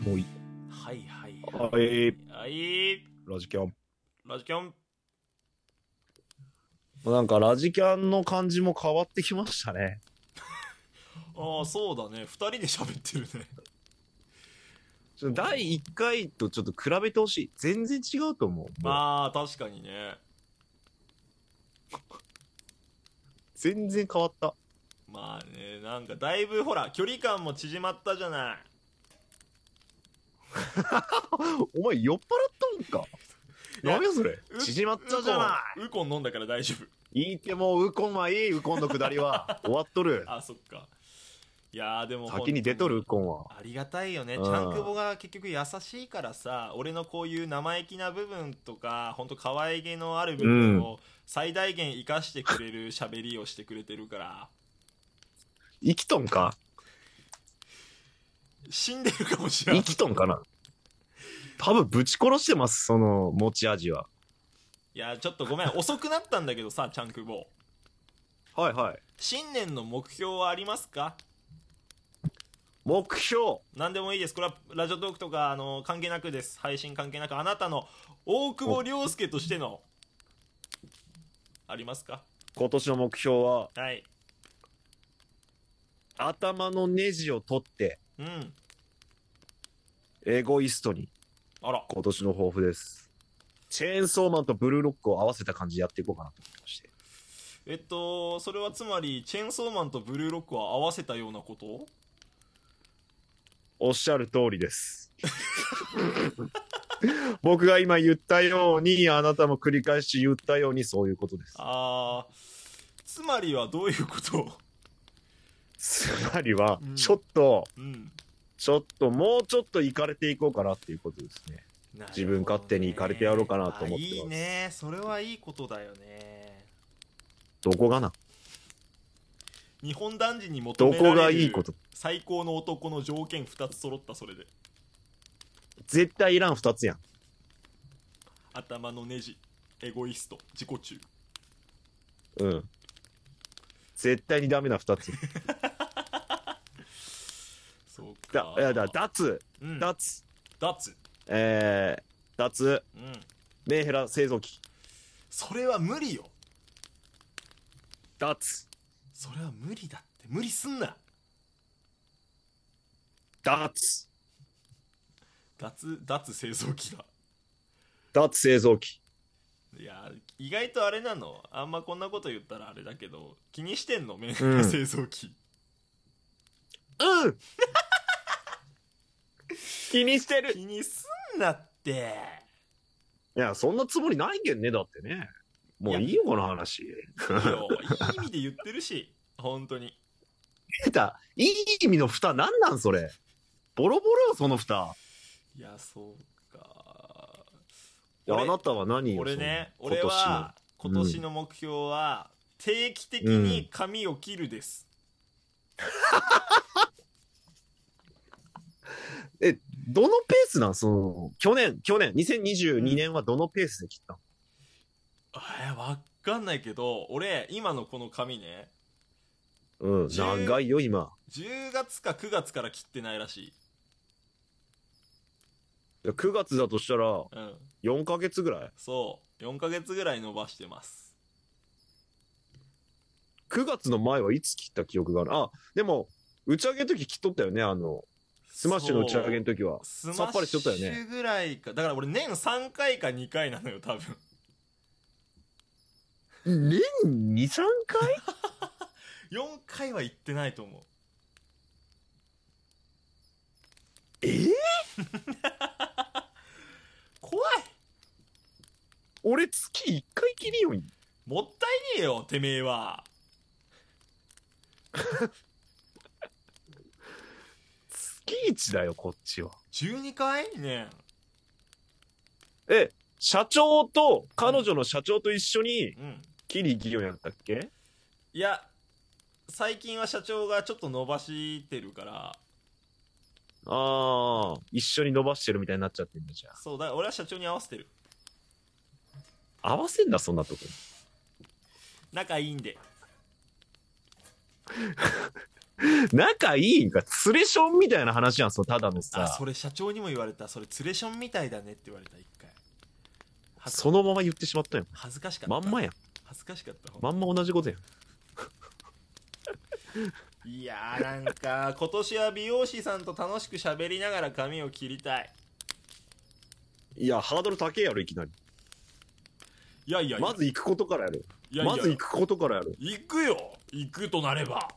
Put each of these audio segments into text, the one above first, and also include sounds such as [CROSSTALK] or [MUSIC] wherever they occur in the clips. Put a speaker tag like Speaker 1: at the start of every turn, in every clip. Speaker 1: もういい。
Speaker 2: はいはい
Speaker 1: はい。
Speaker 2: はい。はい。
Speaker 1: ラジキャン。
Speaker 2: ラジキャン。
Speaker 1: なんかラジキャンの感じも変わってきましたね。
Speaker 2: ああ、そうだね。二人で喋ってる
Speaker 1: [LAUGHS]
Speaker 2: ね。
Speaker 1: ちょっと第1回とちょっと比べてほしい。全然違うと思う。あ、
Speaker 2: まあ、確かにね。
Speaker 1: 全然変わった。
Speaker 2: まあね、なんかだいぶほら、距離感も縮まったじゃない。
Speaker 1: お前酔っ払ったのか
Speaker 2: いや
Speaker 1: 何やそれ
Speaker 2: う
Speaker 1: 縮まったじゃな
Speaker 2: ウコンウコン飲んだから大丈夫。
Speaker 1: いいいってもうウコンはいい、ウコンの下りは。 [LAUGHS] 終わっとる。
Speaker 2: あ、そっか。いやーでも本当
Speaker 1: 先に出とるウコンは。
Speaker 2: ありがたいよね。ち
Speaker 1: うん
Speaker 2: ゃんくぼが結局優しいからさ、俺のこういう生意気な部分とか、ほんと可愛げのある部分を最大限活かしてくれる喋りをしてくれてるから、
Speaker 1: 生きとんか
Speaker 2: 死んでるかもしれな
Speaker 1: 生
Speaker 2: い。
Speaker 1: きとんかな多分ぶち殺してます、その持ち味は。
Speaker 2: いや、ちょっとごめん。遅くなったんだけどさ、ちゃんくぼ。
Speaker 1: はいはい。
Speaker 2: 新年の目標はありますか
Speaker 1: 目標
Speaker 2: 何でもいいです。これはラジオトークとか、あの、関係なくです。配信関係なく、あなたの大久保良介としての、ありますか
Speaker 1: 今年の目標は、
Speaker 2: はい。
Speaker 1: 頭のネジを取って、
Speaker 2: うん。
Speaker 1: エゴイストに、
Speaker 2: あら。
Speaker 1: 今年の抱負です。チェーンソーマンとブルーロックを合わせた感じでやっていこうかなと思いまして。
Speaker 2: えっと、それはつまり、チェーンソーマンとブルーロックは合わせたようなこと
Speaker 1: おっしゃる通りです。僕が今言ったように、あなたも繰り返し言ったようにそういうことです。
Speaker 2: あー、つまりはどういうこと
Speaker 1: つまりは
Speaker 2: うん、
Speaker 1: ちょっと、
Speaker 2: うん。
Speaker 1: ちょっと、もうちょっと行かれていこうかなっていうことです
Speaker 2: な
Speaker 1: ね。
Speaker 2: るほどね
Speaker 1: 自分勝手に行かれてやろうかなと思
Speaker 2: あ
Speaker 1: ってます
Speaker 2: いいね。それはいいことだよね。
Speaker 1: どこがな
Speaker 2: 日本男児に求
Speaker 1: ど
Speaker 2: められ
Speaker 1: こ
Speaker 2: る
Speaker 1: がいいこと
Speaker 2: 最高の男の条件2つ揃ったそれで
Speaker 1: 絶対いらん二つやん。
Speaker 2: 頭のネジエゴイスト自己中
Speaker 1: うん。絶対にダメな二つ。
Speaker 2: そうか
Speaker 1: だ、いやだ、脱、
Speaker 2: うん、だ
Speaker 1: 脱、
Speaker 2: 脱
Speaker 1: えー、脱、
Speaker 2: うん
Speaker 1: メンヘラ製造機、
Speaker 2: それは無理よ
Speaker 1: 脱、
Speaker 2: それは無理だって無理すんな
Speaker 1: 脱、
Speaker 2: 脱脱製造機だ
Speaker 1: 脱製造機。
Speaker 2: いや意外とあれなのあんまこんなこと言ったらあれだけど気にしてんのメンヘ
Speaker 1: う
Speaker 2: ラ
Speaker 1: ん
Speaker 2: 製造機、
Speaker 1: うん [LAUGHS] 気にしてる
Speaker 2: 気にすんなって
Speaker 1: いや、そんなつもりないけんね、だってね。もういいよ、この話。
Speaker 2: いいよいい意味で言ってるし本当に
Speaker 1: た、いい意味の蓋なんなん、それ。ボロボロよ、その蓋。
Speaker 2: いやそうか
Speaker 1: いやあなたは何よ
Speaker 2: 俺ね、
Speaker 1: その
Speaker 2: 俺は、今
Speaker 1: 今
Speaker 2: 年
Speaker 1: 年
Speaker 2: の目標は、定期的に髪を切るです。
Speaker 1: え、どのペースなんその、去年、去年、2022年はどのペースで切ったの、
Speaker 2: えー、わかんないけど、俺、今のこの髪ね、
Speaker 1: うん、
Speaker 2: 十
Speaker 1: 長いよ、今。
Speaker 2: 10月か9月から切ってないらしい。
Speaker 1: いや9月だとしたら、
Speaker 2: うん。
Speaker 1: 4ヶ月ぐらい
Speaker 2: そう。4ヶ月ぐらい伸ばしてます。
Speaker 1: ?9 月の前はいつ切った記憶がある。あ、でも、打ち上げの時切っとったよね、あの、スマッシュの打ち上げの時は。
Speaker 2: そう
Speaker 1: さっぱりしとったよね
Speaker 2: スマッシュぐらいか。だから俺、年3回か2回なのよ、多分。
Speaker 1: 年2、3回
Speaker 2: 4回は行ってないと思う。
Speaker 1: え
Speaker 2: 怖い
Speaker 1: 俺月1回切りよに。
Speaker 2: もったいねえよ、てめえは。
Speaker 1: 月1だよ、こっちは。
Speaker 2: 12回ね
Speaker 1: え、社長と、彼女の社長と一緒に
Speaker 2: え。うん。
Speaker 1: 切り行きようやったっけ
Speaker 2: いや、最近は社長がちょっと伸ばしてるから、
Speaker 1: ああ、一緒に伸ばしてるみたいになっちゃってんだじゃん。
Speaker 2: そう、だから俺は社長に合わせてる。
Speaker 1: 合わせんだ、そんなとこ。
Speaker 2: 仲いいんで。
Speaker 1: 仲いいんか。ツレションみたいな話やん、そう、ただの
Speaker 2: あ
Speaker 1: さ。
Speaker 2: それ社長にも言われたそれツレションみたいだねって言われた一回恥ず
Speaker 1: そのまま言ってしまったやん。
Speaker 2: 恥ずかしかった
Speaker 1: まんまやん。
Speaker 2: 恥ずかしかった、
Speaker 1: まんま同じことやん。
Speaker 2: いやーなんか今年は美容師さんと楽しく喋りながら髪を切りたい
Speaker 1: いや、ハードル高えやろ、いきなり。
Speaker 2: いやいやいや
Speaker 1: まず行くことからやろ。
Speaker 2: いやいや
Speaker 1: まず行くことからやろ。
Speaker 2: 行くよ行くとなれば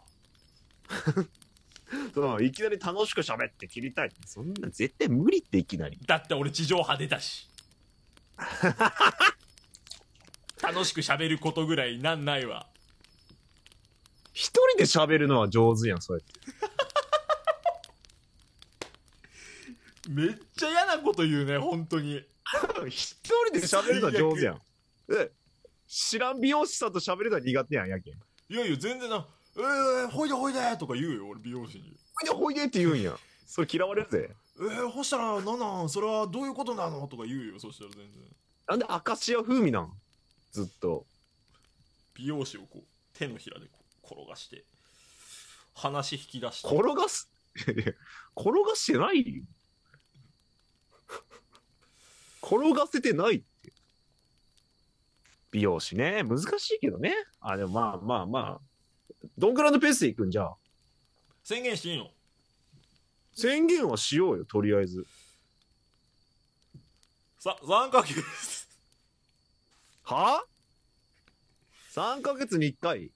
Speaker 1: そういきなり楽しく喋って切りたいって。そんな絶対無理っていきなり。
Speaker 2: だって俺地上波出た
Speaker 1: [LAUGHS]
Speaker 2: し楽しく喋ることぐらいなんないわ
Speaker 1: 一人で喋るのは上手やん、そうやって。
Speaker 2: めっちゃ嫌なこと言うね本当に
Speaker 1: 一人で喋るのは上手やん。え知らん美容師さんと喋るのは苦手やん、やけん。
Speaker 2: いやいや全然な「えー、ほいでほいで」とか言うよ俺美容師に
Speaker 1: ほいでほいでって言うんやん。 [LAUGHS] それ嫌われるぜ。
Speaker 2: 「えー、ほしたらなんなんそれはどういうことなの?」とか言うよそしたら全然
Speaker 1: なんでアカシア風味なんずっと。
Speaker 2: 美容師をこう手のひらでこう転がして話引き出して
Speaker 1: 転がす、 [LAUGHS] いや転がし
Speaker 2: [LAUGHS]
Speaker 1: てないよ転がせてないって。美容師ね。難しいけどね。あ、でもまあまあまあ。どんくらいのペースでいくんじゃあ。
Speaker 2: 宣言していいの
Speaker 1: 宣言はしようよ、とりあえず。
Speaker 2: さ3ヶ月
Speaker 1: は ?3 ヶ月に1回っ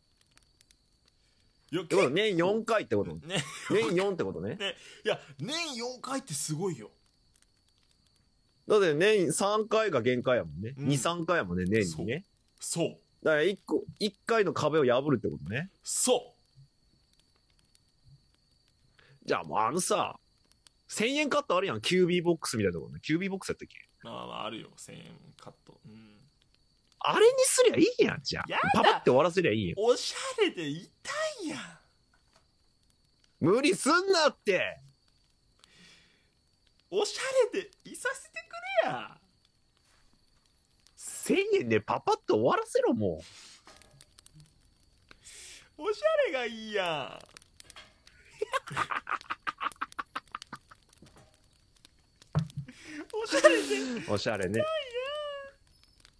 Speaker 2: い
Speaker 1: て
Speaker 2: やけ [LAUGHS]
Speaker 1: こと年4回ってこと
Speaker 2: ね
Speaker 1: 年4ってことね。
Speaker 2: いや年4回ってすごいよ
Speaker 1: だって年3回が限界やもんね。
Speaker 2: うん
Speaker 1: 2、3回やもんね、年にね。
Speaker 2: そう
Speaker 1: だから1個、一回の壁を破るってことね。
Speaker 2: そ
Speaker 1: じゃあもうあのさ、1000円カットあるやん。QB ボックスみたいなところね。QB ボックスやったっけ
Speaker 2: うまあまああるよ1000円カットうん
Speaker 1: あれにすりゃいいやん、じゃ
Speaker 2: や
Speaker 1: あ
Speaker 2: だ。
Speaker 1: パパって終わらせりゃいいやん。
Speaker 2: おしゃれで痛いやん
Speaker 1: 無理すんなって
Speaker 2: おしゃれでいさせてくれや
Speaker 1: !1000 円でパパって終わらせろ、も
Speaker 2: おしゃれがいいやん [LAUGHS] おしゃれで
Speaker 1: う。おしゃれね。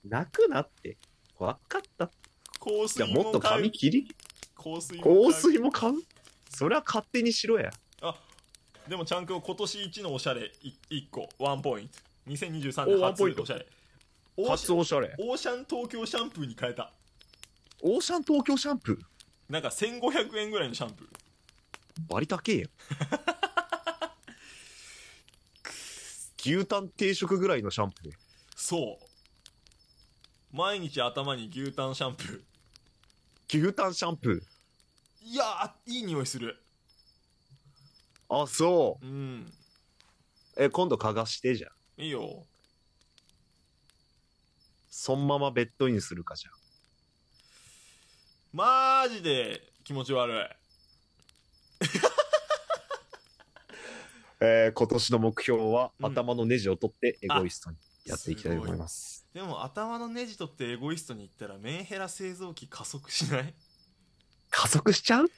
Speaker 1: 泣くなって。わかった。
Speaker 2: 香
Speaker 1: じ
Speaker 2: 水
Speaker 1: ゃあもっと
Speaker 2: も買う
Speaker 1: 髪切り、
Speaker 2: 香水も買う
Speaker 1: 香水も買うそりゃ勝手にしろや。
Speaker 2: あでもちゃんくん今年一のおしゃれい一個ワンポイント2023
Speaker 1: お
Speaker 2: 年
Speaker 1: ワン
Speaker 2: 初
Speaker 1: ポイント
Speaker 2: おしゃれオーシ
Speaker 1: 初
Speaker 2: ャン
Speaker 1: おしゃれ。
Speaker 2: オーシャン東京シャンプーに変えた
Speaker 1: オーシャン東京シャンプー。
Speaker 2: なんか1500円ぐらいのシャンプー
Speaker 1: バリ高 [LAUGHS] えやん。牛タン定食ぐらいのシャンプー。
Speaker 2: そう毎日頭に牛タンシャンプー
Speaker 1: 牛タンシャンプ
Speaker 2: いやーいい匂いする
Speaker 1: ー。あ、そ
Speaker 2: うん
Speaker 1: う。え、今度嗅がしてじゃん。
Speaker 2: いいよ
Speaker 1: そんままベッドインするかじゃん。
Speaker 2: マジで気持ち悪い
Speaker 1: えー今年の目標は、
Speaker 2: うん
Speaker 1: 頭のネジを取ってエゴイストにやっていきたいと思います。
Speaker 2: でも頭のネジ取ってエゴイストに行ったらメンヘラ製造機加速しない [LAUGHS]
Speaker 1: 加速しちゃう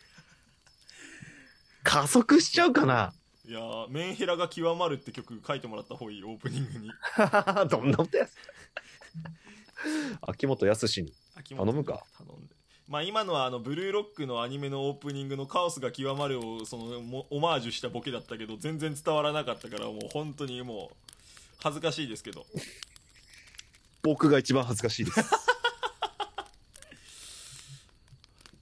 Speaker 1: 加速しちゃうかない
Speaker 2: やーメンヘラが極まるって曲書いてもらった方がいいオープニングに
Speaker 1: [LAUGHS] どんなことやす秋元康に。
Speaker 2: 秋元
Speaker 1: 頼むか
Speaker 2: 頼んでまあ今のはあのブルーロックのアニメのオープニングの「カオスが極まる」をそのもオマージュしたボケだったけど全然伝わらなかったからもう本当にもう恥ずかしいですけど
Speaker 1: 僕が一番恥ずかしいです。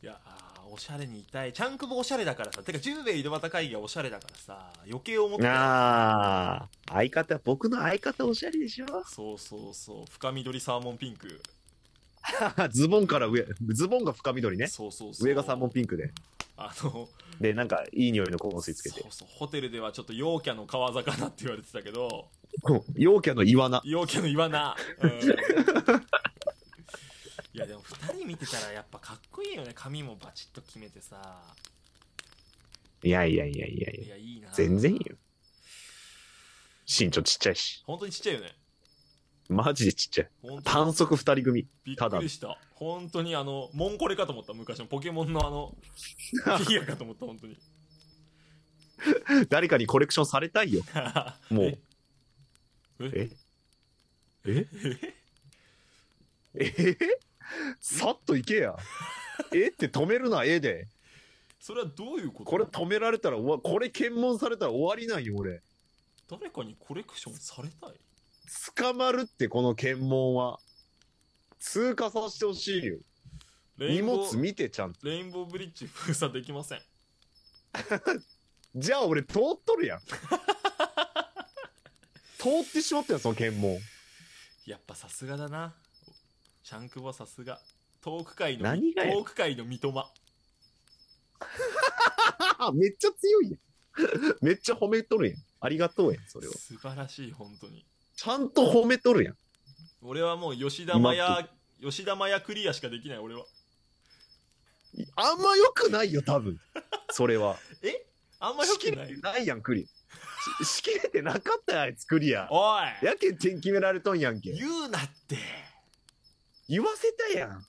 Speaker 2: いやーおしゃれにいたいチャンクボおしゃれだからさてか十兵衛井戸端会議がおしゃれだからさ余計思った
Speaker 1: [LAUGHS] ああ、相方、僕の相方おしゃれでしょ
Speaker 2: そうそうそう深緑サーモンピンク、
Speaker 1: [LAUGHS] ズボンから上、ズボンが深緑ね。
Speaker 2: そうそうそう
Speaker 1: 上がサーモンピンクで。
Speaker 2: あの
Speaker 1: で、なんか、いい匂いの香水つけて
Speaker 2: そ。うそうホテルではちょっと陽キャの川魚って言われてたけど
Speaker 1: うん [LAUGHS] 陽キャのイワナ。
Speaker 2: 陽キャのイワナ、
Speaker 1: [LAUGHS]
Speaker 2: うん、いやでも2人見てたらやっぱかっこいいよね髪もバチッと決めてさ
Speaker 1: いやいやいやいやい
Speaker 2: いや
Speaker 1: や、
Speaker 2: いいな
Speaker 1: 全然いいよ。身長ちっちゃいし。
Speaker 2: 本当にちっちゃいよね
Speaker 1: マジでちっちゃい。
Speaker 2: 本当
Speaker 1: 短足二人組。
Speaker 2: びった
Speaker 1: だ
Speaker 2: くりした。本当にあの、モンコレかと思った、昔のポケモンのあ
Speaker 1: [LAUGHS]
Speaker 2: の、フィギュアかと思った、本当に。
Speaker 1: 誰かにコレクションされたいよ。 [LAUGHS]
Speaker 2: [LAUGHS]
Speaker 1: もう。
Speaker 2: え。え
Speaker 1: えええさっと行けや。えって止めるな、えで。
Speaker 2: それはどういうこと
Speaker 1: これ止められたら終わ、これ検問されたら終わりなんよ、俺。
Speaker 2: 誰かにコレクションされたい
Speaker 1: 捕まるって、この検問は。通過させてほしいよ。
Speaker 2: レイ
Speaker 1: 荷
Speaker 2: ンボ
Speaker 1: 物
Speaker 2: ー
Speaker 1: 見てちゃんと。
Speaker 2: レインボーブリッジ封鎖できません。
Speaker 1: じゃあ俺通っとる
Speaker 2: [LAUGHS]
Speaker 1: やん。通ってしまったやん、その検問。
Speaker 2: やっぱさすがだな。シャンクボさすが。トーク界の、
Speaker 1: 何がや
Speaker 2: トーク界の三笘。
Speaker 1: あ、めっちゃ強いやん。めっちゃ褒めとるやん。ありがとうやん、それを。
Speaker 2: 素晴らしい、本当に。
Speaker 1: ちゃんと褒めとるやん。
Speaker 2: 俺はもう吉田麻也、吉田麻也クリアしかできない、俺は。
Speaker 1: あんま良くないよ、多分。それは。
Speaker 2: えあんまよ
Speaker 1: 仕
Speaker 2: く
Speaker 1: 切
Speaker 2: な
Speaker 1: れ
Speaker 2: い
Speaker 1: て。ないやん、クリア。し仕切れてなかったやん、あいつ、クリア。
Speaker 2: おい
Speaker 1: やけん点決められとんやんけ。
Speaker 2: 言うなって
Speaker 1: 言わせたやん。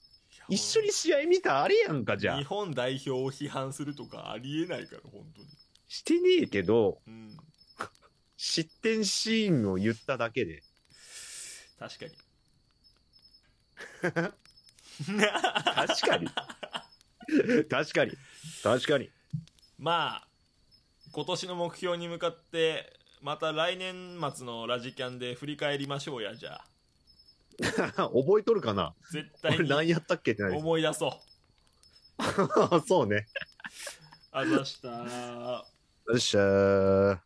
Speaker 1: 一緒に試合見たあれやんか、じゃあ
Speaker 2: 日。本代表を批判するとかありえないから、本当に。
Speaker 1: してねえけど、
Speaker 2: うん。
Speaker 1: 失点シーンを言っただけで。
Speaker 2: 確かに。
Speaker 1: 確かに。確かに。確かに。
Speaker 2: まあ、今年の目標に向かって、また来年末のラジキャンで振り返りましょうや、じゃあ。
Speaker 1: 覚えとるかな
Speaker 2: 絶対
Speaker 1: 俺
Speaker 2: に
Speaker 1: 何やったっけってないです。
Speaker 2: 思い出そう。
Speaker 1: そうね。
Speaker 2: あざした。
Speaker 1: よっしゃー。